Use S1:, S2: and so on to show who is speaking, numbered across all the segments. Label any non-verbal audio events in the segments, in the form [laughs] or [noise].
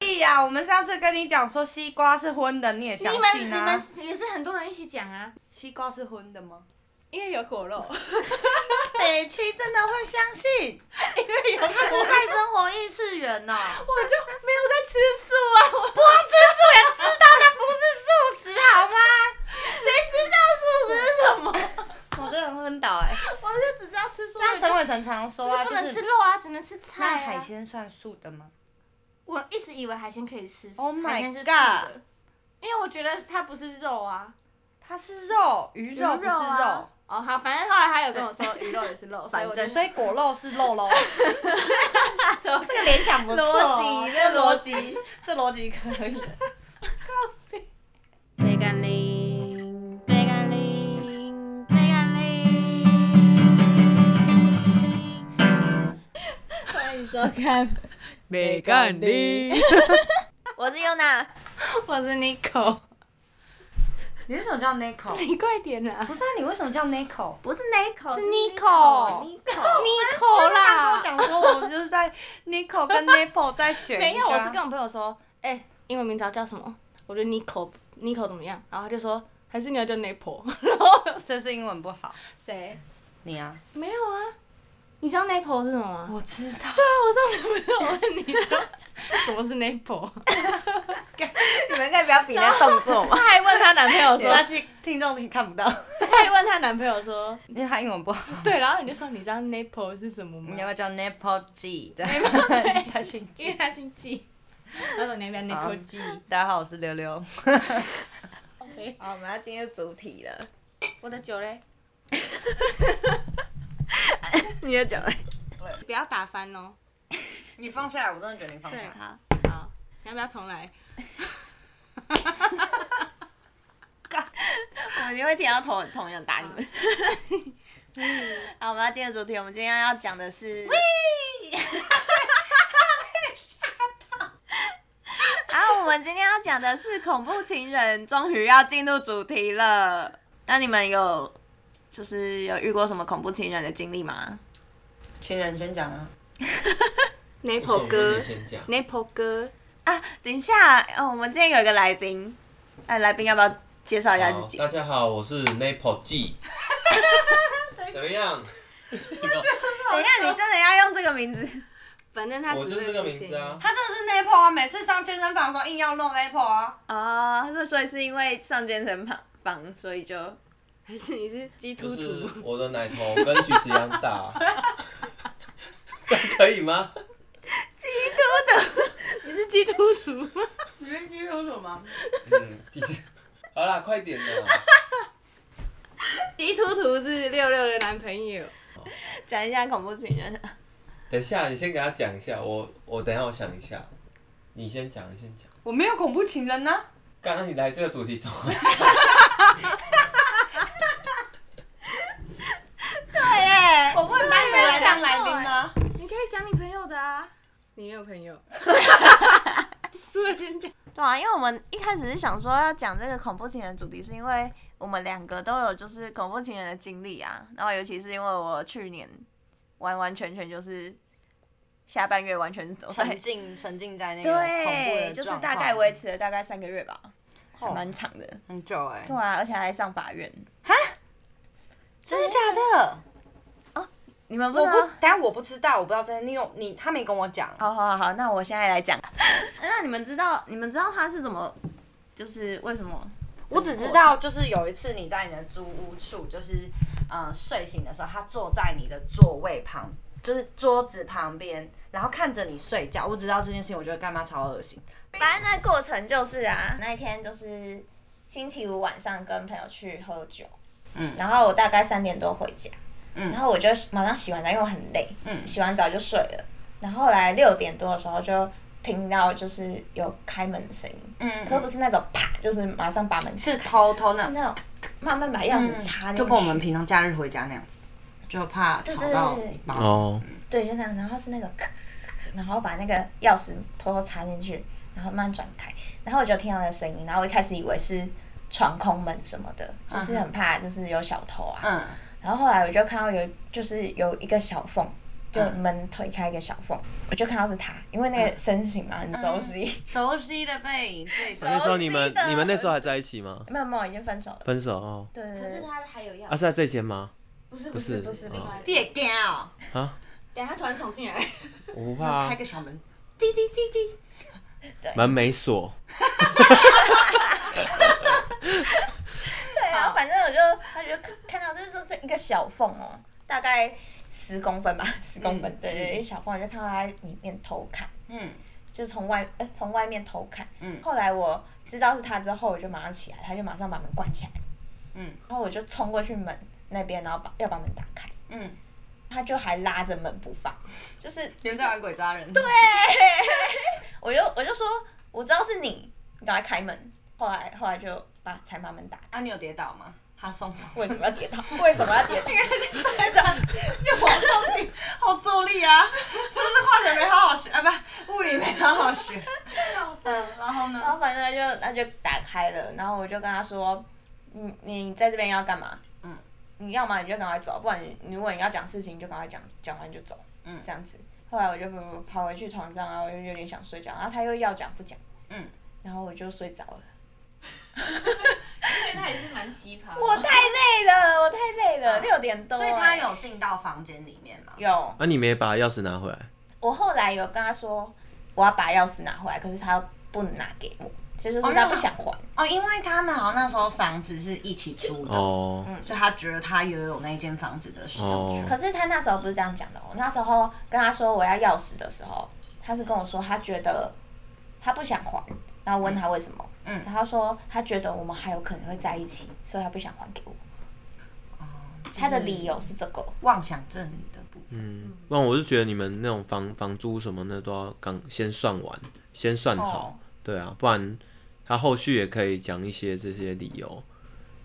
S1: 屁啊！我们上次跟你讲说西瓜是荤的，你也相
S2: 你
S1: 信啊？
S2: 们你们也是很多人一起讲啊，
S1: 西瓜是荤的吗？
S3: 因为有
S2: [laughs]
S3: 果肉，
S2: 北区真的会相
S1: [laughs]
S2: 信，
S3: 因为有
S2: 他不在生活异次元
S1: 哦
S2: 呢、
S3: 我就没有在吃素啊，我
S2: 吃素也知道它不是素食，好吗？ [laughs] 谁知道素食是什么？
S1: 我真的昏倒哎、
S3: 我就只知道吃素。
S1: [laughs] 那陈伟成常说啊，
S2: 欸就是不
S1: 就
S2: 能吃
S1: 是
S2: 肉啊，只能吃
S1: 那
S2: 菜、啊。
S1: 海，鲜算素的吗？
S2: 我一直以为海鲜可以吃
S1: Oh my
S2: 海鲜是素
S1: God
S2: 的，因为我觉得它不是肉啊，
S1: 它是肉，鱼肉不是
S2: 啊
S1: 肉，
S2: 哦，好，反正后来他有跟我说鱼肉也是肉，所以我就
S1: 所以果肉是肉
S2: [laughs]
S1: 喽。这个联想不错、
S2: 哦
S3: 逻辑这逻辑，
S1: [laughs] 这逻辑可以。
S2: 贝甘霖，贝甘霖，贝甘霖。
S3: 欢迎收看《
S4: 没干的，
S3: [laughs] 我是 Yuna，
S2: 我是 Nico，
S1: 你为什么叫 Nico？
S2: 你快点啦
S1: 不是啊，你为什么叫 Nico？
S3: 不是 Nico，
S2: 是 Nico
S3: Nico，Nico，
S1: 他
S2: ，Nico
S1: 跟
S2: 啦
S1: 我。讲说，我就是在 Nico 跟 Napo 在 [laughs] 选。
S2: 没有，我是跟我朋友说，哎、英文名字要叫什么？我觉得 Nico Nico 怎么样？然后他就说，还是你要叫 Napo。
S1: 这是英文不好。
S2: 谁？
S1: 你啊？
S2: 没有啊。你知道 Napo 是什么吗？
S1: 我知道。
S2: 对啊，我上次不是有问你说什么是 [laughs] Napo，
S3: 你们可以不要比那动作
S2: [laughs]
S3: 吗？
S2: 她还问她男朋友 [laughs] 说
S1: 说，下去，听众你看不到，
S2: 她还问她男朋友说，
S1: 因为他英文不好。
S2: [laughs] 对，然后你就说你知道 Napo 是什么吗
S1: 你要不？要叫 Napo [laughs] G？这样他姓嗯
S2: [laughs]
S3: 因
S1: G。
S3: 为他姓纪。
S2: 他说你要不要 Napo G？
S1: 大家好，我是溜 [laughs] 溜。
S3: 好，我们要进入主题了。
S2: 我的酒嘞，
S3: 你的酒呢？
S2: 不要打翻哦。
S1: 你放下来，我真的觉得你放
S2: 对，
S1: 来。
S2: 好，好，你要不要重来？
S3: 我们就会听到同同样打你们。好，我们要进入主题。我们今天要讲的是， [laughs] 然后我们今天要讲的是恐怖情人，终于要进入主题了。那你们有就是有遇过什么恐怖情人的经历吗？
S1: 情人先讲啊。
S2: Napo 哥
S4: 你先讲。
S2: ，Napo 哥，
S3: 啊，等一下，哦，我们今天有一个来宾，哎，来宾要不要介绍一下自
S4: 好，
S3: 己
S4: 大？家好，我是 Napo G。怎么样？
S3: 等一下，你真的要用这个
S1: [laughs]
S3: 名字？
S2: 反正他
S4: 我
S2: 只
S4: 就是
S2: 会
S4: 这个
S2: 出
S4: 名字
S2: 现
S4: 啊。
S1: 他真的是 Napo 啊，每次上健身房的时候硬要弄 Napo 啊。
S3: 哦，他说所以是因为上健身房房，所以就
S2: 还是你是鸡
S4: 就
S2: 突
S4: 是
S2: 突？
S4: 我的奶头跟橘子一样大，这样可以吗？
S2: 你是鸡突突？
S1: 你是基督徒吗？
S4: 嗯，继续。好啦，快点啦！
S2: 鸡突突是六六的男朋友。
S3: 讲一下恐怖情
S1: [laughs]
S3: 人。
S4: 等一下，你先给他讲一下，我我等一下我想一下，你先讲，你先讲。
S1: 我没有恐怖情人呢、啊。
S4: 刚刚你来这个主题怎么想？
S3: 对哎耶，
S1: 我问单独来当来宾吗？
S2: 你可以讲你朋友的啊。你没有朋 [laughs] 友。输了先讲。
S3: 对啊，因为我们一开始是想说要讲这个恐怖情人主题，是因为我们两个都有就是恐怖情人的经历啊。然后尤其是因为我去年完完全全就是下半月完全都在
S1: 沉浸沉浸在那个恐怖
S3: 对，
S1: 的
S3: 就是
S1: 状
S3: 大
S1: 况
S3: 概维持了大概三个月吧，还
S1: 哦
S3: 蛮长的。
S1: 很久哎、
S3: 对啊，而且还上法院。
S1: 真的假的？
S3: 你们不
S1: 我
S3: 知
S1: 不
S3: 道？，
S1: 但我不知道，我不知道真的。你有你，他没跟我讲。
S3: 好好好，那我现在来讲。 [laughs] 那你们知道你们知道他是怎么，就是为什么？
S1: 我只知道，就是有一次你在你的租屋处，就是嗯、呃睡醒的时候，他坐在你的座位旁，就是桌子旁边，然后看着你睡觉。我只知道这件事情，我觉得干妈超恶心。
S3: 反正那过程就是啊，那一天就是星期五晚上跟朋友去喝酒，嗯，然后我大概三点多回家，嗯，然后我就马上洗完澡，因为我很累，嗯，洗完澡就睡了。然后后来六点多的时候就听到就是有开门的声音，
S1: 嗯
S3: 可不是那种啪，就是马上把门
S1: 是偷偷那嗯
S3: 是那种慢慢把钥匙插进去，
S1: 就跟我们平常假日回家那样子，就怕吵到
S3: 对对对
S1: 你妈。
S4: 哦，
S3: 对，就那样，然后是那个咳咳咳，然后把那个钥匙偷偷插进去，然后慢慢转开，然后我就听到那个声音，然后我一开始以为是闯空门什么的，就是很怕就是有小偷啊，
S1: 嗯，
S3: 然后后来我就看到有就是有一个小缝，就门推开一个小缝，我就看到是他，因为那
S1: 嗯
S3: 个身形嘛很熟悉。
S1: 熟悉的背影，最熟
S3: 悉
S4: 那时候你们
S3: 的
S4: 你们那时候还在一起吗？
S1: 嗯
S3: 没有没有，已经分手了。
S4: 分手哦，
S3: 对对
S5: 可是
S3: 对，
S5: 他还有要，
S4: 啊是在这间吗？
S5: 不是
S4: 不
S5: 不是
S4: 是
S5: 不是
S4: 哦
S5: 另外一个，
S1: 别干哦，
S4: 啊，
S5: 等一下他突然闯进来，
S4: 我不怕
S1: 开
S4: 啊，
S1: 个小门，
S5: 滴滴滴滴，
S4: 门没锁，
S3: 对啊，反正我就他就看看到就是说这一个小缝哦，大概十公分吧，十公分，对对对，一小缝，我就看到他在里面偷看，
S1: 嗯
S3: 就从外呃从外面偷看。
S1: 嗯
S3: 后来我知道是他之后，我就马上起来，他就马上把门关起来，
S1: 嗯
S3: 然后我就冲过去门那边，然后把要把门打开，
S1: 嗯，
S3: 他就还拉着门不放， [laughs] 就是
S1: 留在玩鬼抓人，对，
S3: 我就我就说我知道是你，你赶快开门。后来后来就把才把门打开。
S1: 啊，你有跌倒吗？他送我， [laughs]
S3: 为什么要跌倒？ [laughs] 为什么要跌倒？
S1: 就往到底，好助力啊，是不是化学没好好学啊？不，物理没好好学， [laughs] 嗯，然后
S3: 然
S1: 呢？
S3: 后反正他就他就打开了，然后我就跟他说，你你在这边要干嘛？
S1: 嗯，
S3: 你要嘛你就赶快走，不然你你如果你要讲事情，你就赶快讲，讲完就走，
S1: 嗯
S3: 这样子。后来我就跑回去床上，然后我就有点想睡觉，然后他又要讲不讲，
S1: 嗯，
S3: 然后我就睡着了。
S5: 所以他也是蛮奇葩的。
S3: 我太累了， [laughs] 我太累了，六点多、
S1: 啊所
S3: 哎
S1: 以他有进到房间里面吗？
S3: 有，
S4: 啊你没把钥匙拿回来，
S3: 我后来有跟他说，我要把钥匙拿回来，可是他不能拿给我，这就是
S1: 哦
S3: 他
S1: 那
S3: 不想还。
S1: 哦，因为他们好像那时候房子嗯是一起租的，
S4: 哦，
S1: 所以他觉得他也有那间房子的使用权。
S4: 哦
S3: 可是他那时候不是这样讲的、哦，我那时候跟他说我要钥匙的时候，他是跟我说他觉得他不想还，然后问他为什么，
S1: 嗯
S3: 然后他说他觉得我们还有可能会在一起，所以他不想还给我。他的理由是这个，
S1: 哦妄想症的部分，
S4: 嗯，不然我是觉得你们那种房房租什么的都要刚先算完，先算
S1: 哦
S4: 好，对啊，不然他后续也可以讲一些这些理由，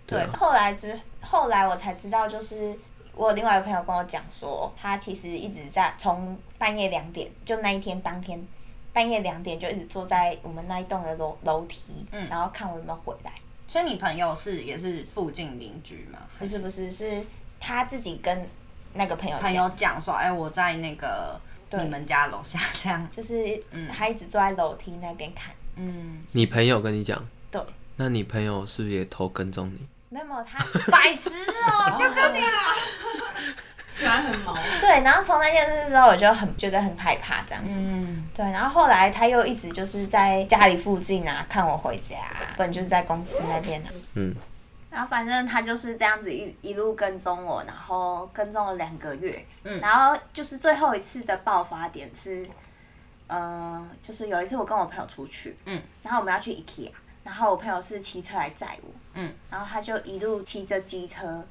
S4: 对
S3: 对。
S4: 啊，
S3: 后来之后来我才知道，就是我有另外一个朋友跟我讲说，他其实一直在从半夜两点，就那一天当天半夜两点就一直坐在我们那一栋的楼楼梯，
S1: 嗯
S3: 然后看我有没有回来。
S1: 所以你朋友是也是附近邻居嘛？
S3: 不是不是，是他自己跟那个朋友
S1: 朋
S3: 讲，
S1: 友讲说，哎、我在那个
S3: 对
S1: 你们家楼下这样，
S3: 就是他一直坐在楼梯那边看。
S1: 嗯，
S4: 你朋友跟你讲，
S3: 对，
S4: 那你朋友是不是也偷跟踪你？
S3: 没有没有他，
S1: [laughs] 白痴哦、就跟 [laughs] 你
S5: 他很毛，
S3: 啊 [laughs] 对，然后从那件事之后，我就很觉得很害怕这样子。
S1: [laughs] 嗯，
S3: 对，然后后来他又一直就是在家里附近啊，看我回家，不然就是在公司那边啊。
S4: 嗯，
S3: 然后反正他就是这样子一一路跟踪我，然后跟踪了两个月，
S1: 嗯
S3: 然后就是最后一次的爆发点是，呃，就是有一次我跟我朋友出去，
S1: 嗯，
S3: 然后我们要去 IKEA，然后我朋友是骑车来载我，
S1: 嗯，
S3: 然后他就一路骑着机车，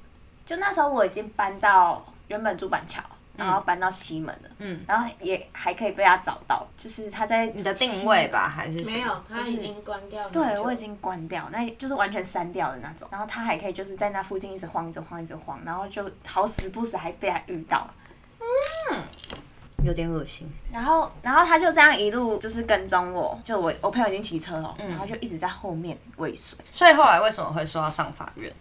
S3: 就那时候我已经搬到原本住板桥。然后搬到西门了，
S1: 嗯，
S3: 然后也还可以被他找到，就是他在
S1: 你的定位吧，还是什么
S5: 没有，他已经关掉很久。
S3: 对，我已经关掉，那就是完全删掉的那种。然后他还可以就是在那附近一直晃，一直晃，一直晃，然后就好死不死还被他遇到。
S1: 有点恶心，
S3: 然后，然后他就这样一路就是跟踪我，就我我朋友已经骑车了，
S5: 嗯
S3: 然后就一直在后面尾随，
S1: 所以后来为什么会说要上法院？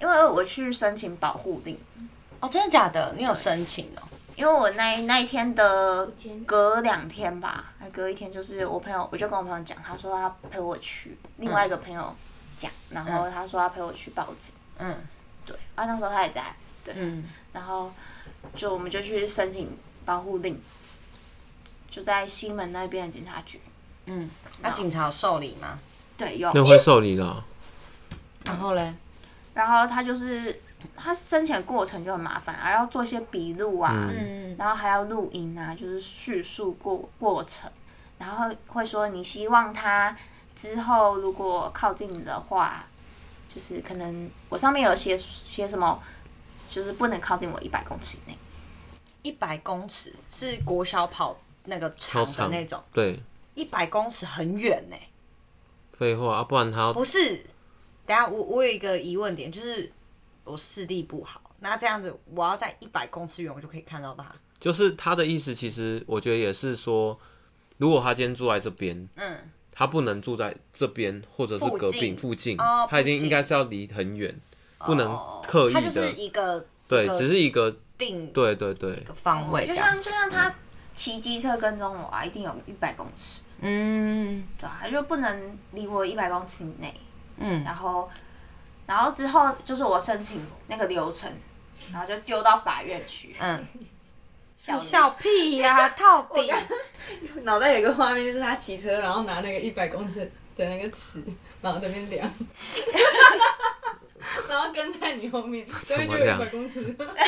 S3: 因为我去申请保护令，
S1: 哦，真的假的？你有申请哦、
S3: 因为我那一那一天的
S5: 见
S3: 隔两天吧，还隔一天，就是我朋友，我就跟我朋友讲，他说他陪我去，另外一个朋友讲，然后
S5: 嗯
S3: 他说他陪我去报警，
S1: 嗯
S3: 对，啊那时候他也在，对，
S1: 嗯，
S3: 然后就我们就去申请保护令，就在西门那边的警察局。
S1: 那、警察有受理吗？
S3: 对，有。
S4: 那会受理的哦、
S1: 然后嘞，
S3: 然后他就是他申请的过程就很麻烦，还要做一些笔录啊，
S1: 嗯
S3: 然后还要录音啊，就是叙述过过程，然后会说你希望他之后如果靠近你的话，就是可能我上面有写写什么，就是不能靠近我一百公尺以内。
S1: 一百公尺是国小跑那个长
S4: 操
S1: 的
S4: 场
S1: 那种，
S4: 对，
S1: 一百公尺很远欸呢、
S4: 废话啊，不然他要
S1: 不是，等下我我有一个疑问点，就是我视力不好，那这样子我要在一百公尺远我就可以看到他。
S4: 就是他的意思，其实我觉得也是说，如果他今天住在这边，
S1: 嗯，
S4: 他不能住在这边或者是
S1: 附
S4: 隔
S1: 近
S4: 壁附近，
S1: 哦不
S4: 他一定
S1: 行
S4: 应该是要离很远，不能
S1: 哦
S4: 嗯刻意
S1: 他就是
S4: 的。
S1: 一个
S4: 对
S1: 一，个
S4: 只是一个
S1: 定
S4: 对对对，
S1: 个方位
S3: 就
S1: 这样。
S3: 像就像他骑机车跟踪我啊，一定有一百公尺，
S1: 嗯
S3: 对啊，他就不能离我一百公尺以内。
S1: 嗯，
S3: 然后，然后之后就是我申请那个流程，然后就丢到法院去。
S1: 嗯，
S3: 小
S1: 你笑屁呀、到底
S5: 脑袋有一个画面，就是他骑车，然后拿那个一百公尺的那个尺，然后在那边量，然后跟在你后面，所以就有一百公尺。哎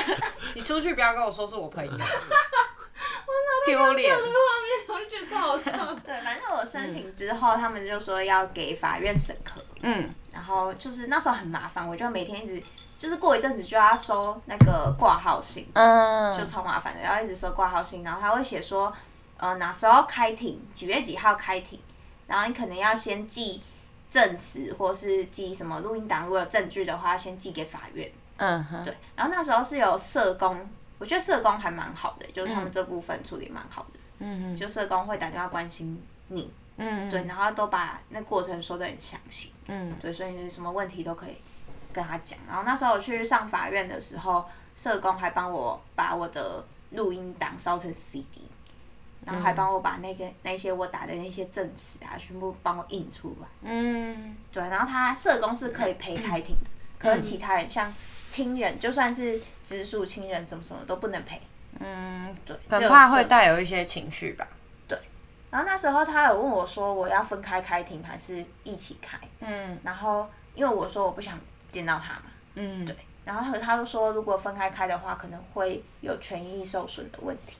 S1: 你出去不要跟我说 [laughs] 是我朋友，丢脸。
S5: 我就觉得超好笑。
S3: 对，反正我申请之后，他们就说要给法院审核，
S1: 嗯，
S3: 然后就是那时候很麻烦，我就每天一直就是过一阵子就要收那个挂号信，
S1: 嗯，
S3: 就超麻烦的，要一直收挂号信，然后他会写说，呃哪时候开庭，几月几号开庭，然后你可能要先寄证词或是寄什么录音档，如果有证据的话，先寄给法院。
S1: 嗯哼，
S3: 对，然后那时候是有社工，我觉得社工还蛮好的，就是他们这部分处理蛮好的，
S1: 嗯
S3: 就社工会打电话关心你，
S1: 嗯，
S3: 对，然后都把那过程说的很详细，
S1: 嗯
S3: 对，所以你什么问题都可以跟他讲。然后那时候我去上法院的时候，社工还帮我把我的录音档烧成 CD，然后
S1: 嗯
S3: 还帮我把那个那些我打的那些证词啊，全部帮我印出来。
S1: 嗯
S3: 对，然后他社工是可以陪开庭的，可是其他人像亲人，就算是直属亲人什么什么都不能陪。
S1: 嗯，
S3: 对，
S1: 很
S3: 只有
S1: 怕
S3: 社
S1: 会带有一些情绪吧。
S3: 然后那时候他有问我说，我要分开开庭还是一起开？
S1: 嗯
S3: 然后因为我说我不想见到他嘛，
S1: 嗯，对，
S3: 然后他就说，如果分开开的话，可能会有权益受损的问题。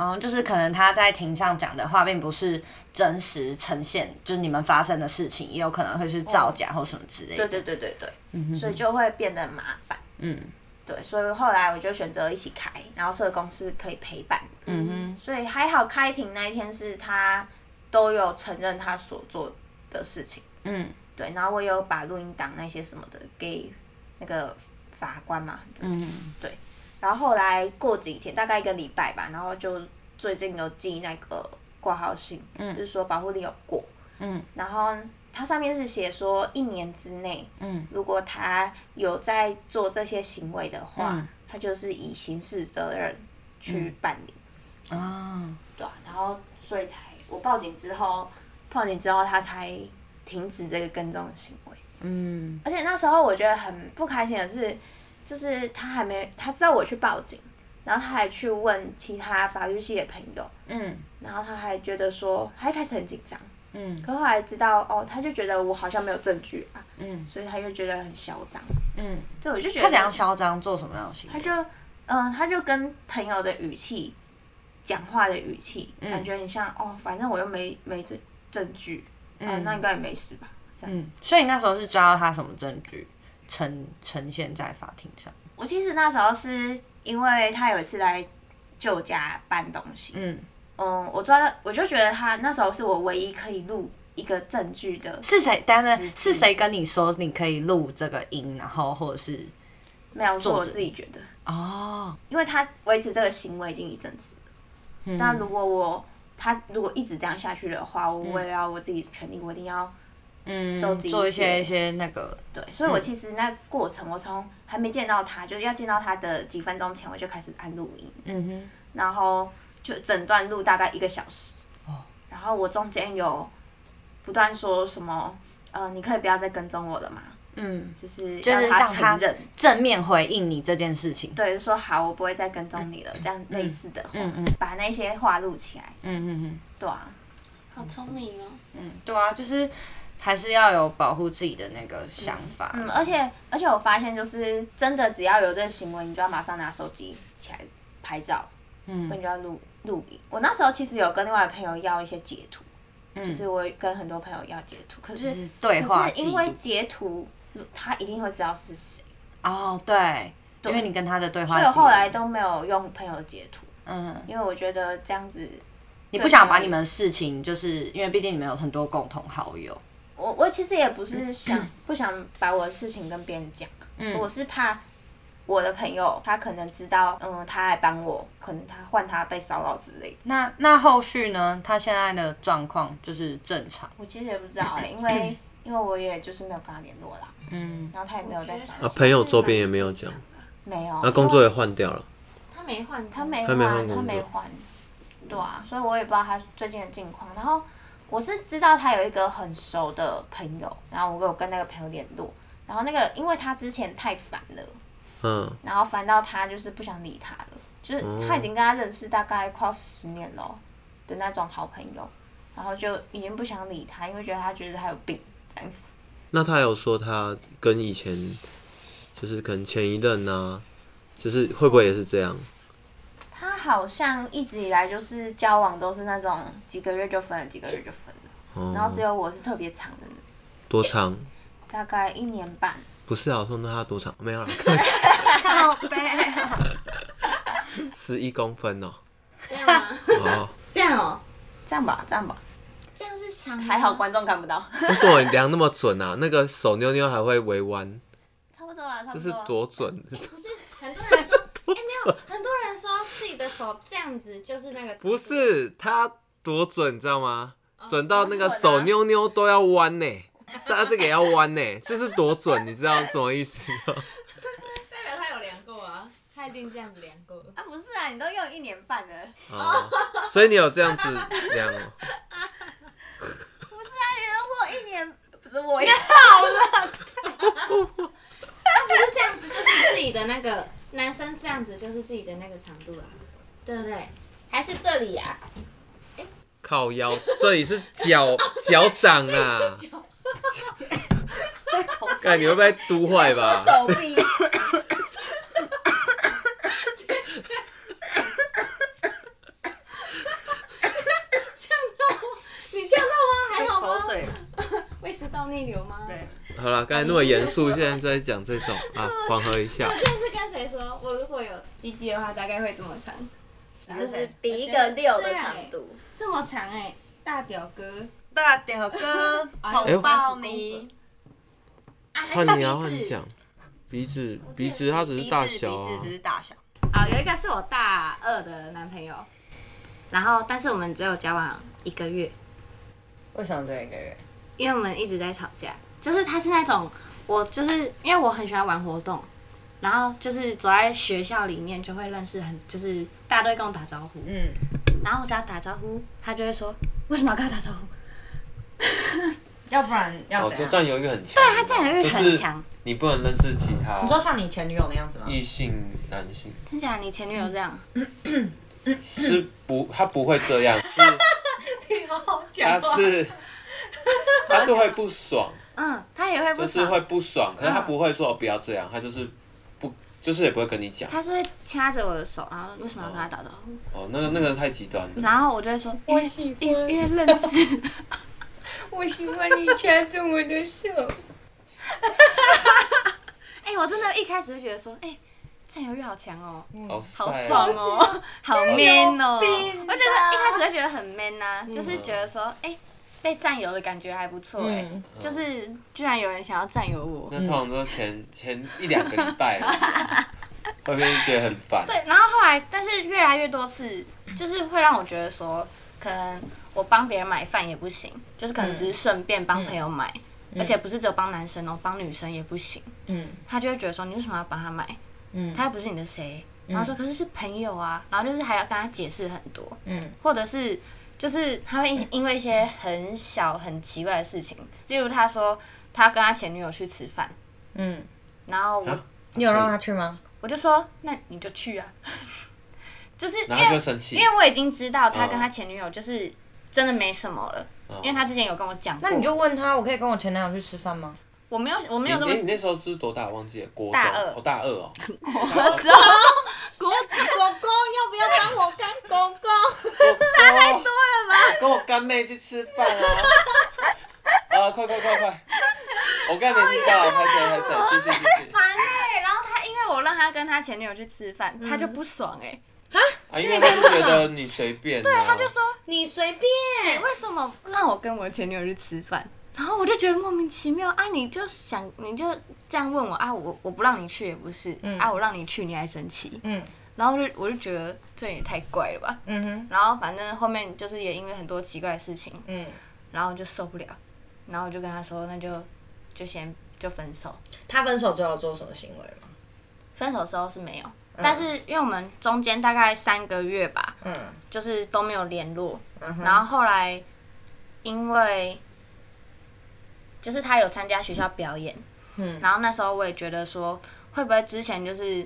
S1: 嗯，就是可能他在庭上讲的话，并不是真实呈现，就是你们发生的事情，也有可能会是造假或什么之类的。
S3: 哦对对对对对，所以就会变得麻烦。
S1: 嗯
S3: 对，所以后来我就选择一起开，然后社工是可以陪伴的。
S1: 嗯
S3: 所以还好开庭那一天是他都有承认他所做的事情，
S1: 哼，嗯
S3: 对，然后我有把录音档那些什么的给那个法官嘛，
S1: 嗯
S3: 然后后来过几天，大概一个礼拜吧，然后就最近有寄那个挂号信，
S1: 嗯
S3: 就是说保护令有过，
S1: 嗯
S3: 然后它上面是写说一年之内，
S1: 嗯，
S3: 如果他有在做这些行为的话，
S1: 嗯
S3: 他就是以刑事责任去办理。
S1: 啊，
S3: 对啊、然后所以才我报警之后，报警之后他才停止这个跟踪的行为。
S1: 嗯
S3: 而且那时候我觉得很不开心的是，就是他还没他知道我去报警，然后他还去问其他法律系的朋友，
S1: 嗯
S3: 然后他还觉得说，他一开始很紧张，
S1: 嗯
S3: 可后来知道哦，他就觉得我好像没有证据啊，
S1: 嗯
S3: 所以他就觉得很嚣张。
S1: 嗯，
S3: 对，我就觉得
S1: 他怎样嚣张，做什么样的行
S3: 他
S1: 为？
S3: 就嗯、他就跟朋友的语气，讲话的语气，
S1: 嗯
S3: 感觉很像哦，反正我又没没证证据，嗯、
S1: 嗯
S3: 那应该也没事吧，这样子。
S1: 嗯，所以那时候是抓到他什么证据呈呈现在法庭上？
S3: 我其实那时候是因为他有一次来舅家搬东西，
S1: 嗯，
S3: 嗯，我抓到我就觉得他那时候是我唯一可以录一个证据的，
S1: 是谁？当然
S3: 实际
S1: 是谁跟你说你可以录这个音，然后或者是
S3: 没有是
S1: 作
S3: 我
S1: 者
S3: 自己觉得，
S1: 哦，
S3: 因为他维持这个行为已经一阵子了，那、如果我他如果一直这样下去的话，我我也要我自己权利，我一定要
S1: 嗯
S3: 收集一
S1: 做一些
S3: 些
S1: 一些那个
S3: 对，所以我其实那过程，我从还没见到他，就是要见到他的几分钟前，我就开始按录音，
S1: 嗯哼，
S3: 然后就整段录大概一个小时。然后我中间有不断说什么，呃，你可以不要再跟踪我了嘛，
S1: 嗯，
S3: 就是
S1: 就是
S3: 他
S1: 让
S3: 承
S1: 他
S3: 认，
S1: 正面回应你这件事情。
S3: 对，就说好，我不会再跟踪你了，这样类似的话，把那些话录起来，
S1: 嗯嗯嗯，
S3: 对啊，
S2: 好聪明哦！
S1: 对啊，就是还是要有保护自己的那个想法。
S3: 嗯，而且而且我发现，就是真的只要有这个行为，你就要马上拿手机起来拍照，嗯，不然就要录录影。我那时候其实有跟另外的朋友要一些截图，
S1: 嗯
S3: 就是我跟很多朋友要截图，可是
S1: 是对
S3: 可
S1: 话
S3: 是
S1: 记
S3: 因
S1: 录
S3: 为截图，他一定会知道是谁，
S1: 哦，对，
S3: 对
S1: 因为你跟他的对话
S3: 所以
S1: 记录，
S3: 我后来都没有用朋友的截图，
S1: 嗯，
S3: 因为我觉得这样子，
S1: 你不想把你们的事情，就是因为毕竟你们有很多共同好友，
S3: 我我其实也不
S1: [clears throat]
S3: 是想不想把我的事情跟别人讲，
S1: 嗯
S3: 我是怕我的朋友他可能知道，嗯，他来帮我，可能他换他被骚扰之类的。
S1: 那那后续呢？他现在的状况就是正常，
S3: 我其实也不知道哎、因
S1: [clears throat]
S3: 为因为我也就是没有跟他联络啦，
S1: 嗯
S3: 然后他也没有在骚扰
S4: 啊，，朋友周边也没有讲，
S3: 没有。
S4: 那工作也换掉了，
S2: 没换，
S3: 他没
S4: 他
S3: 换，
S4: 没换工
S3: 他
S4: 作
S3: 没换，对啊，所以我也不知道他最近的近况。然后我是知道他有一个很熟的朋友，然后我有跟那个朋友联络，然后那个因为他之前太烦了，
S4: 嗯，
S3: 然后烦到他就是不想理他了，就是他已经跟他认识大概快要十年了的那种好朋友，然后就已经不想理他，因为觉得他觉得他有病这样子。
S4: 那他有说他跟以前就是可能前一任啊，就是会不会也是这样？
S3: 他好像一直以来就是交往都是那种几个月就分了，几个月就分了，然后
S4: 哦
S3: 只，有我是特别长的，
S4: 多长？
S3: 大概一年半。
S4: 不是啊，我说那他多长？没有啦， [laughs]
S1: 靠背啊，
S4: 十一公分哦。
S2: 这样吗？
S4: 哦，
S2: 这样哦，
S3: 这样吧，这样吧，
S2: 这样是长，
S3: 还好，观众看不到，
S4: 为什么你量那么准啊？那个手妞妞还会围弯，
S3: 差不多啊，差
S4: 这
S3: 不
S4: 是
S3: 多啊。
S4: 多准？ [laughs]
S2: 不是很多人说，哎没有，很多人说自己的手这样子就是那个，
S4: 不，是他多准，你知道吗？准到那个
S3: 多准啊
S4: 手妞妞都要弯呢、他这个也要弯呢、这是多准？你知道什么意思吗？
S5: 代表他有量过啊，他已经这样子量过了。
S3: 啊，不是啊，你都用一年半了，
S4: 哦，所以你有这样子量哦、
S3: 不是啊，你都过一年，不是我也
S2: 不是这样子， [laughs] 就是自己的那个男生这样子就是自己的那个长度啊，对不对？还是这里啊？
S4: 靠腰，这里是脚脚掌
S2: [laughs]
S4: 啊！
S3: 在口水
S4: 看你会不会嘟坏吧？
S3: 手臂，
S2: 你呛到吗？还好
S1: 口
S2: 吗？
S1: 水，
S2: 胃食道逆流吗？
S1: 对，
S4: 好了，刚才那么严肃，现在在讲这种啊，缓和一下
S2: 我。这是跟谁说？我如果有鸡鸡的话，大概会这么长，
S1: 然后
S3: 就是
S1: 谁
S3: 比一个六的长度。
S2: 这么长哎、大表哥
S1: [laughs] 大屌哥
S4: 哎呦
S1: 捧爆你，
S2: 啊，还
S4: 换
S2: 是
S4: 你啊，换
S2: 鼻
S4: 你
S2: 子
S4: 讲。鼻子，鼻子，它只是
S1: 鼻
S4: 大
S1: 子鼻
S4: 小
S1: 子
S4: 啊
S1: 只。是大小，
S2: 啊、有一个是我大二的男朋友，然后但是我们只有交往一个月，
S1: 为什么只有一个月？
S2: 因为我们一直在吵架。就是他是那种我就是因为我很喜欢玩活动，然后就是走在学校里面就会认识很就是大家都会跟我打招呼，
S1: 嗯，
S2: 然后我只要打招呼，他就会说为什么要跟他打招呼？
S1: 要不然要
S4: 哦，
S1: 怎
S4: 这
S1: 样？
S4: 占有欲很强。对，
S2: 他占有欲很，强。
S4: 你不能认识其他
S1: 你说像你前女友那样子吗？
S4: 异性男性，
S2: 真假？你前女友这样？
S4: 是不，他不会这样，是他是他是会不爽，
S2: 嗯，他也会不
S4: 就是
S2: 爽。
S4: 会不爽，可是他不会说哦不要这样，他就是不，就是也不会跟你讲。
S2: 他是会掐着我的手，然后为什么要跟他打招呼？
S4: 哦，那个那个太极端了。
S2: 然后我就会说，因为因为因为认识，
S5: [laughs] 我喜欢你掐住我的手，
S2: [laughs] 哎、我真的一开始就觉得说，哎、占有欲好强哦，
S4: 好
S2: 好
S4: 帅
S2: 爽
S4: 哦！
S2: 哦，好 man 哦，我
S5: 啊
S3: 病吧
S2: 觉得一开始就觉得很 man 呐、就是觉得说，哎、被占有的感觉还不错哎、
S1: 嗯
S2: 就是居然有人想要占有我。
S4: 那通常都前前一两个礼
S2: [laughs]
S4: 拜，会不会觉得很烦？
S2: 对，然后后来，但是越来越多次，就是会让我觉得说，可能我帮别人买饭也不行，就是可能
S1: 嗯
S2: 只是顺便帮朋友买，而且不是只有帮男生哦，帮女生也不行。
S1: 嗯
S2: 他就会觉得说，你为什么要帮他买？
S1: 嗯
S2: 他又不是你的谁。然后说，可是是朋友啊，然后就是还要跟他解释很多，
S1: 嗯，
S2: 或者是就是他会因因为一些很小很奇怪的事情，例如他说他跟他前女友去吃饭，
S1: 嗯，
S2: 然后我
S4: 啊
S1: 你有让他去吗？
S2: 我就说，那你就去啊， [laughs] 就是因
S4: 然后他
S2: 为
S4: 就生气
S2: 因，为我已经知道他跟他前女友就是真的没什么了，
S4: 哦
S2: 因为他之前有跟我讲过。
S1: 那你就问他，我可以跟我前男友去吃饭吗？
S2: 我没有我没
S4: 你
S2: 有那
S4: 哎你
S2: 么
S4: 那时候是多大？忘记了，国中
S2: 大二
S4: 哦，大
S2: [laughs]
S4: 二哦，
S2: 国国公要不要当我干公公？
S4: 差太多了吧？跟我干妹去吃饭啊！ [laughs] 啊，快快快快！我刚才没听到，拍手拍
S2: 哦
S4: 手，继续继续。
S2: 烦哎、然后他因为我让他跟他前女友去吃饭，
S1: 嗯
S2: 他就不爽哎、
S4: 啊，因为他就觉得你随便、啊，对，他
S2: 他就说
S3: 你随便，
S2: 你为什么让我跟我前女友去吃饭？然后我就觉得莫名其妙啊！你就想你就这样问我啊，我我不让你去也不是、啊，我让你去你还生气，
S1: 嗯
S2: 然后就我就觉得这也太怪了吧。
S1: 嗯哼
S2: 然后反正后面就是也因为很多奇怪的事情，
S1: 嗯，
S2: 然后就受不了，然后我就跟他说，那就就先就分手。
S1: 他分手之后做什么行为吗？
S2: 分手的时候是没有，但是因为我们中间大概三个月吧，
S3: 嗯
S2: 就是都没有联络，
S3: 嗯哼
S2: 然后后来因为就是他有参加学校表演，
S3: 嗯
S2: 然后那时候我也觉得说，会不会之前就是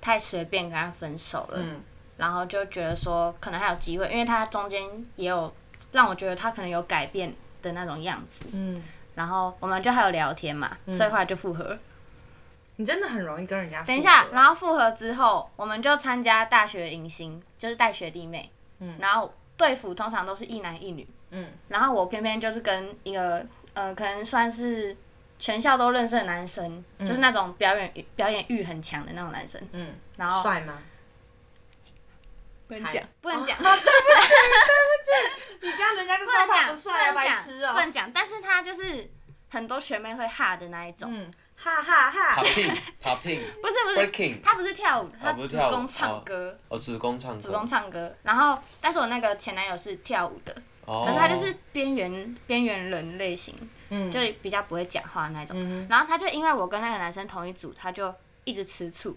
S2: 太随便跟他分手了，
S3: 嗯
S2: 然后就觉得说可能还有机会，因为他中间也有让我觉得他可能有改变的那种样子，
S3: 嗯，
S2: 然后我们就还有聊天嘛，所以后来就复合了。
S3: 你真的很容易跟人家。
S2: 等一下，然后复合之后，我们就参加大学迎新，就是带学弟妹，嗯，然后队服通常都是一男一女，
S3: 嗯，
S2: 然后我偏偏就是跟一个呃，可能算是全校都认识的男生，
S5: 嗯
S2: 就是那种表演表演欲很强的那种男生，
S3: 嗯，
S2: 然后
S5: 帅吗？
S2: 不
S5: 能讲，
S2: [laughs] 不能讲，
S5: 你这样人家就
S2: 不
S5: 知道哦
S2: 能
S5: 他
S2: 讲，
S5: 不帅啊，
S2: 不能
S5: 白
S2: 讲
S5: 痴哦、
S2: 不能讲，但是他就是很多学妹会哈的那一种，
S3: 嗯
S5: 哈哈哈！
S2: [laughs]
S4: popping popping，
S2: 不是不是，
S4: breaking，
S2: 他不是跳舞，他
S4: 不
S2: 主
S4: 是跳舞
S2: 攻
S4: 哦
S2: 唱歌，
S4: 哦，主攻唱歌，
S2: 主攻唱歌，然后但是我那个前男友是跳舞的。
S4: 哦，
S2: 可是他就是边缘边缘人类型，
S3: 嗯，
S2: 就比较不会讲话那种。
S3: 嗯
S2: 然后他就因为我跟那个男生同一组，他就一直吃醋。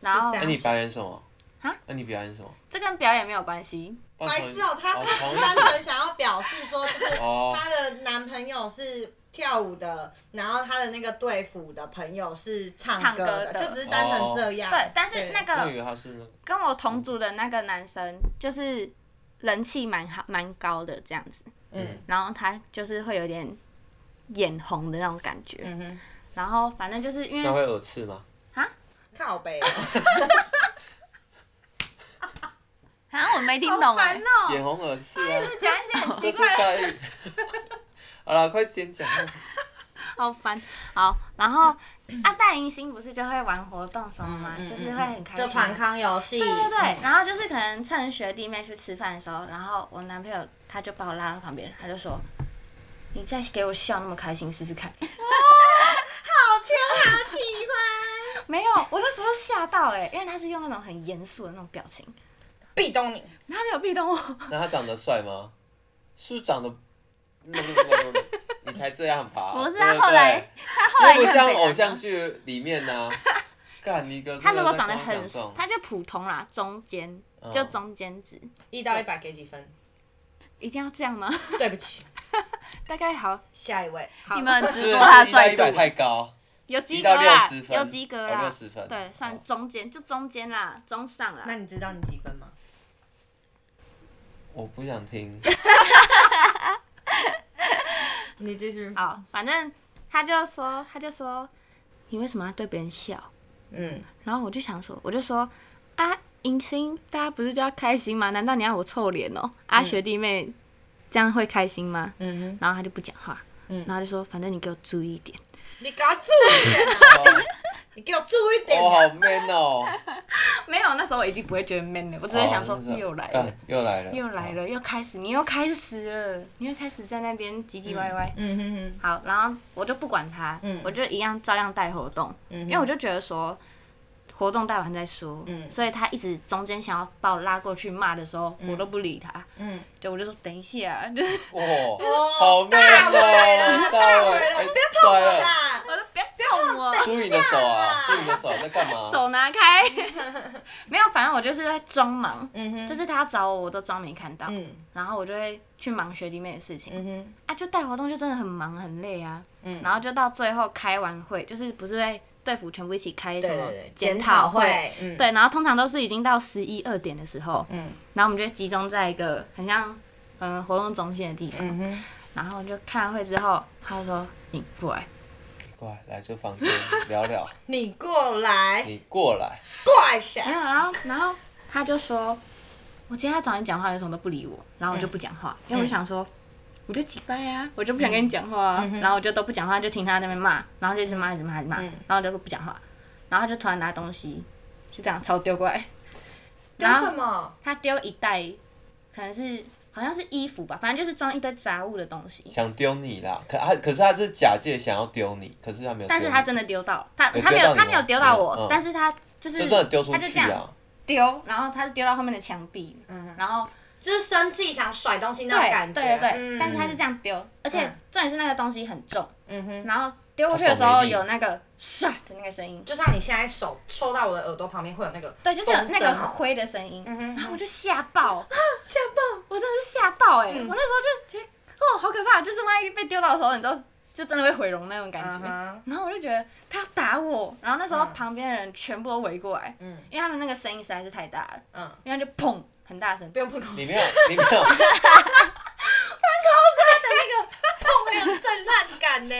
S2: 然
S5: 是
S2: 后
S5: 这
S4: 那
S5: 样
S4: 哎你表演什么？哎
S2: 啊？
S4: 那你表演什么？
S2: 这跟表演没有关系，
S4: 白
S5: 白痴哦、他他只
S4: 同
S5: 是单纯想要表示说，就是
S4: 哦，
S5: 她的男朋友是跳舞的，然后她的那个队服的朋友是唱歌的，哦
S2: 唱歌的
S5: 就只是单纯这样。
S1: 啊
S2: 对。但是那
S4: 我以
S2: 个
S4: 为他是那个
S2: 跟我同组的那个男生，就是人气蛮好蛮高的这样子。
S4: 嗯，
S2: 然后他就是会有点眼红的那种感觉。
S3: 嗯哼，
S2: 然后反正就是因
S4: 那
S2: 为
S4: 会耳刺吗？
S5: 靠背，
S1: 嗯
S3: 好像我没听懂哎
S2: 烦，哦，
S4: 眼红耳刺啊，
S2: 讲一些很
S4: [laughs]
S2: 奇
S4: 这是
S2: 怪的
S4: 待遇。好了，快点讲。
S2: 好烦。好，然后啊，大迎新不是就会玩活动什么吗？
S3: 嗯嗯
S2: 就是会很开心
S5: 就
S2: 啊。
S5: 团康游戏。
S2: 对对对，然后就是可能趁学弟妹去吃饭的时候，然后我男朋友他就把我拉到旁边，他就说：“你再给我笑那么开心试试 [laughs] 看。
S5: 好强，好喜欢。”
S2: 没有，我那时候吓到哎、因为他是用那种很严肃的那种表情，
S3: 壁咚你，
S2: 他没有壁咚我，
S4: 那他长得帅吗？是不是长得？你才这样吧？
S3: 不是
S4: 对
S3: 啊
S4: 对
S3: 后来他后来
S4: 又不
S3: 也很
S4: 像
S3: 北蓝
S4: 偶像
S3: 啊，
S4: 剧里面呐、干你哥！
S2: 他如果长得很
S4: 真的在跟我讲这种，
S2: 他就普通啦，中间
S4: 嗯
S2: 就中间值，
S5: 一到一百给几
S1: [laughs]
S5: 分？
S2: 一定要这样吗？
S5: 对不起，
S2: 大概好
S5: 下一位。
S2: 好
S3: 你们很
S4: 是
S3: 执着他的
S4: 一
S3: 帅
S4: 百
S3: 度，
S4: 太高，
S2: 有及
S4: 一
S2: 格
S4: 到六
S2: 啦
S4: 十，分，
S2: 有及格啦，
S4: 哦，六十分，
S2: 对，算
S4: 哦
S2: 中间，就中间啦，中上啦。
S5: 那你知道你几分吗？
S4: 我不想听，哦
S5: 你继续。
S2: 好，反正他就说，他就说，你为什么要对别人笑？
S3: 嗯，
S2: 然后我就想说，我就说，啊，迎新大家不是就要开心吗？难道你要我臭脸哦？啊，学弟妹这样会开心吗？
S3: 嗯哼，
S2: 然后他就不讲话，然后就说，反正你给我注意一点。
S5: 你给我注意一点啊！你给我注意一点
S4: 我
S5: 啊！
S4: 好 man 哦！
S2: 没有，那时候我已经不会觉得 man 了，我只是想说
S4: 哦真的是
S2: 又来了
S4: 干。又来了，
S2: 又来了，又开始，你又开始了，你又开始在那边唧唧歪歪。
S3: 嗯哼哼，
S2: 好，然后我就不管他，
S3: 嗯
S2: 我就一样照样带活动，因为我就觉得说活动带完再说，
S3: 嗯
S2: 所以他一直中间想要把我拉过去骂的时候，我都不理他，
S3: 嗯，
S2: 就我就说等一下，
S3: [laughs]
S2: 就是
S4: 哦。哇，好 man 哦！大伟，哎摔了，
S5: 啊
S2: 我说不要碰我，
S4: 注意你的手啊！注意你的手，在干
S3: 哦
S4: 嘛？
S2: 手拿开， [laughs] 没有，反正我就是在装忙，
S3: 嗯哼，
S2: 就是他找我我都装没看到，
S3: 嗯
S2: 然后我就会去忙学弟妹的事情，
S3: 嗯哼，
S2: 啊，就带活动就真的很忙很累啊。
S3: 嗯
S2: 然后就到最后开完会，就是不是会队服全部一起开什
S5: 对
S2: 么
S5: 对对，
S2: 检
S5: 检
S2: 讨
S5: 讨
S2: 会？
S5: 会，
S3: 嗯，
S2: 对，然后通常都是已经到十一二点的时候，
S3: 嗯
S2: 然后我们就集中在一个很像嗯、呃活动中心的地方，
S3: 嗯哼，
S2: 然后就开完会之后，他就说你过来，
S4: 过来，来这房间聊聊。
S5: 你过来，
S4: 你过来，
S5: 过一
S2: 没
S5: 下。
S2: 有，然后然后他就说，我今天要找你讲话，你为什么都不理我？然后我就不讲话，因为我就想说。我就几掰啊，我就不想跟你讲
S4: 嗯
S2: 话、啊，然后我就都不讲话，就听他在那边骂，然后就一直骂，一直骂，一直骂，
S3: 嗯
S2: 然后我就不讲话，然后他就突然拿东西，就这样朝我丢过来，
S5: 丢
S2: 然后
S5: 什么？
S2: 他丢一袋，可能是好像是衣服吧，反正就是装一堆杂物的东西，
S4: 想丢你啦！可他可是他是假借想要丢你，可是他没有丢你。
S2: 但是他真的丢到他，
S4: 有
S2: 他没
S4: 哎丢到
S2: 有
S4: 你
S2: 他没有
S4: 吗
S2: 丢到
S4: 没有
S2: 我，
S4: 嗯
S2: 但是他就是
S4: 就真的丢出
S2: 他就这
S4: 去
S2: 样
S4: 啊！嗯
S2: 丢，然后他就丢到后面的墙壁，然后
S1: 就是生气想甩东西那种
S2: 对
S1: 感觉。
S2: 对对
S1: 嗯
S2: 对，但是他是这样丢，而且重点是那个东西很重，嗯哼，然后丢过去的时
S4: 好爽
S2: 候
S4: 没力
S2: 有那个唰的那个声音，
S1: 就像你现在手戳到我的耳朵旁边会有那个
S2: 对，就是有那
S1: 风
S2: 个
S1: 声
S2: 灰的声音，然后我就吓爆，吓爆，我真的是吓爆哎、我那时候就觉得哦，好可怕，就是万一被丢到的时候，你知道。就真的会毁容那种感觉
S1: 嗯
S2: [laughs]
S1: 哼
S2: 然后我就觉得他要打我，然后那时候旁边的人全部都围过来，嗯，因为他们那个声音实在是太大了，
S1: 嗯
S2: 嗯，因为他就砰很大声，
S1: 不用碰口
S4: 你
S1: 水，
S4: 没有，你没有，
S2: [laughs]
S1: 我没有震撼感呢，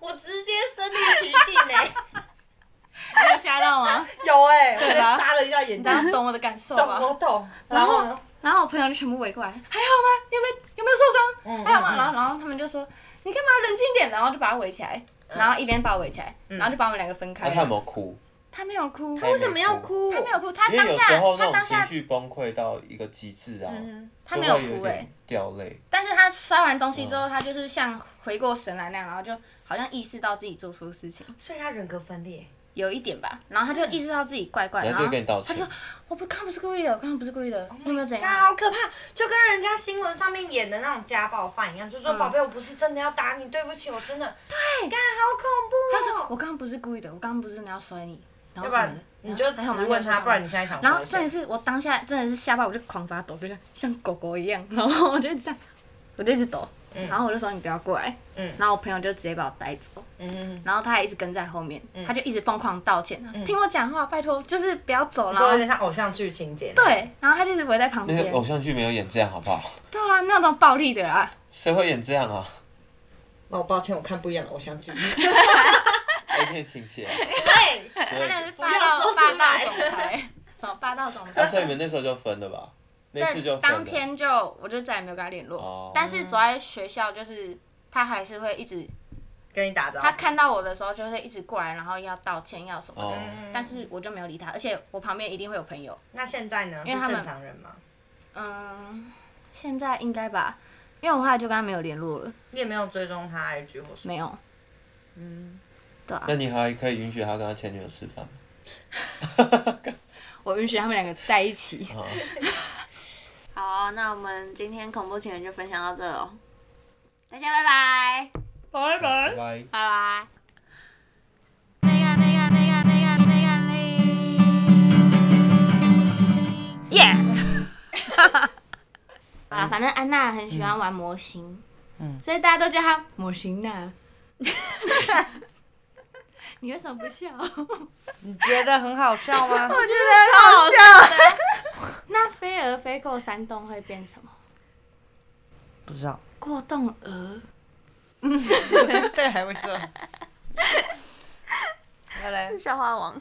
S1: 我直接身临其境呢。
S2: 你有吓到吗？
S1: 有哎、我
S2: 对啊
S1: 就扎了一下眼
S2: [laughs]
S1: 睛
S2: 你大，家懂我的感受
S1: 懂
S2: 吧？
S1: 我懂。
S2: 然
S1: 然
S2: 后
S1: 后
S4: 嗯
S1: 呢？
S2: 然后我朋友就全部围过来，还好吗？你有没有有没有受伤？
S4: 嗯
S2: 还好吗？然后然后他们就说你干嘛冷静点，然后就把他围起来，
S4: 嗯
S2: 然后一边把我围起来，然后就把我们两个分开了。
S4: 那啊他有没有哭？
S2: 他没有哭，
S4: 嗯他也没
S2: 他
S4: 有
S5: 为什么要哭？
S2: 没有哭，他
S4: 因为
S2: 当
S4: 有
S2: 下
S4: 时候那
S2: 他
S4: 种
S2: 当
S4: 情
S2: 下，嗯
S4: 绪崩溃到一个极致啊，
S2: 他
S4: 就
S2: 没有
S4: 会有
S2: 哭哎
S4: 点，掉泪。
S2: 但是他摔完东西之后，他就是像回过神来那样，然后就好像意识到自己做错事情，
S1: 所以他人格分裂，
S2: 有一点吧，然后他就意识到自己怪怪，
S4: 然
S2: 然
S4: 嗯后就
S2: 后
S4: 跟你道歉 Oh
S2: 他就说我不刚不是故意的，我刚刚不是故意的，你有没有怎样？
S1: 啊，好可怕！就跟人家新闻上面演的那种家暴犯一样，就
S2: 嗯
S1: 说宝贝，我不是真的要打你，对不起，我真的。对，干，好恐
S2: 他
S1: 怖
S2: 说
S1: 哦！
S2: 我刚刚不是故意的，我刚刚不是真的要摔你，然
S1: 要不
S2: 后什么
S1: 然
S2: 的。
S1: 你就
S2: 啊还好
S1: 直问
S2: 还
S1: 他，
S2: 好
S1: 不然你现在想
S2: 然后
S1: 说
S2: 重
S1: 什
S2: 点
S1: 么？
S2: 是我当下真的是下巴我就狂发抖，就是像狗狗一样，然后我就一直这样，我就一直抖，然后我就说你不要过来，
S1: 嗯
S2: 然后我朋友就直接把我带走，
S1: 嗯，
S2: 然后他还一直跟在后面，他就一直疯狂道歉，听我讲话，拜托，就是不要走
S1: 你说有
S2: 了。
S1: 点像偶像剧情节。，
S2: 对，然后他就一直围在旁
S4: 那
S2: 边
S4: 个，哦偶像剧没有演这样，好不好？
S2: 对啊，那种暴力的啊，
S4: 谁会演这样啊？
S5: 那我抱歉，我看不一样的偶像
S2: [laughs]
S5: 剧。
S4: 有点情节啊。
S1: 对，
S4: 所
S2: 真
S4: 以
S2: 的是
S1: 不要
S2: 霸道
S1: 说出
S2: 霸道
S1: 来
S2: 总裁， [laughs] 什么霸道总裁
S4: 啊，？所以你们那时候就分了吧？那次就
S2: 但
S4: 分
S2: 当
S4: 了。
S2: 天就我就再也没有跟他联络，
S4: 哦
S2: 但是走在学校就是他还是会一直
S1: 跟你打招呼。
S2: 他看到我的时候，就会一直过来，然后要道歉，要什么的。
S4: 哦，
S2: 但是我就没有理他，而且我旁边一定会有朋友。
S1: 那现在呢？
S2: 因为
S1: 是
S2: 他们
S1: 正常人吗？
S2: 嗯，现在应该吧，因为我后来就跟他没有联络了，
S1: 你也没有追踪他 IG 或什么？
S2: 没有。嗯，对啊
S4: 那，你还可以允许他跟他前女友吃饭吗？
S2: 我允许他们两个在一起。
S4: 啊，
S3: 好啊、那我们今天恐怖情人就分享到这哦，大家拜拜，
S2: 拜
S4: 拜。拜。
S3: 拜拜。
S2: 耶！好了，反正安娜很喜欢玩模型，嗯，所以大家都叫她模型娜。 [laughs] 你为什么不笑？
S1: 你觉得很好笑 [laughs] 吗？
S2: [laughs] 那飞蛾飞过山洞会变什么？
S1: 不
S2: [laughs]
S1: 知道，
S2: 过洞蛾。
S1: 这个还不知道。来来。
S3: 笑话王。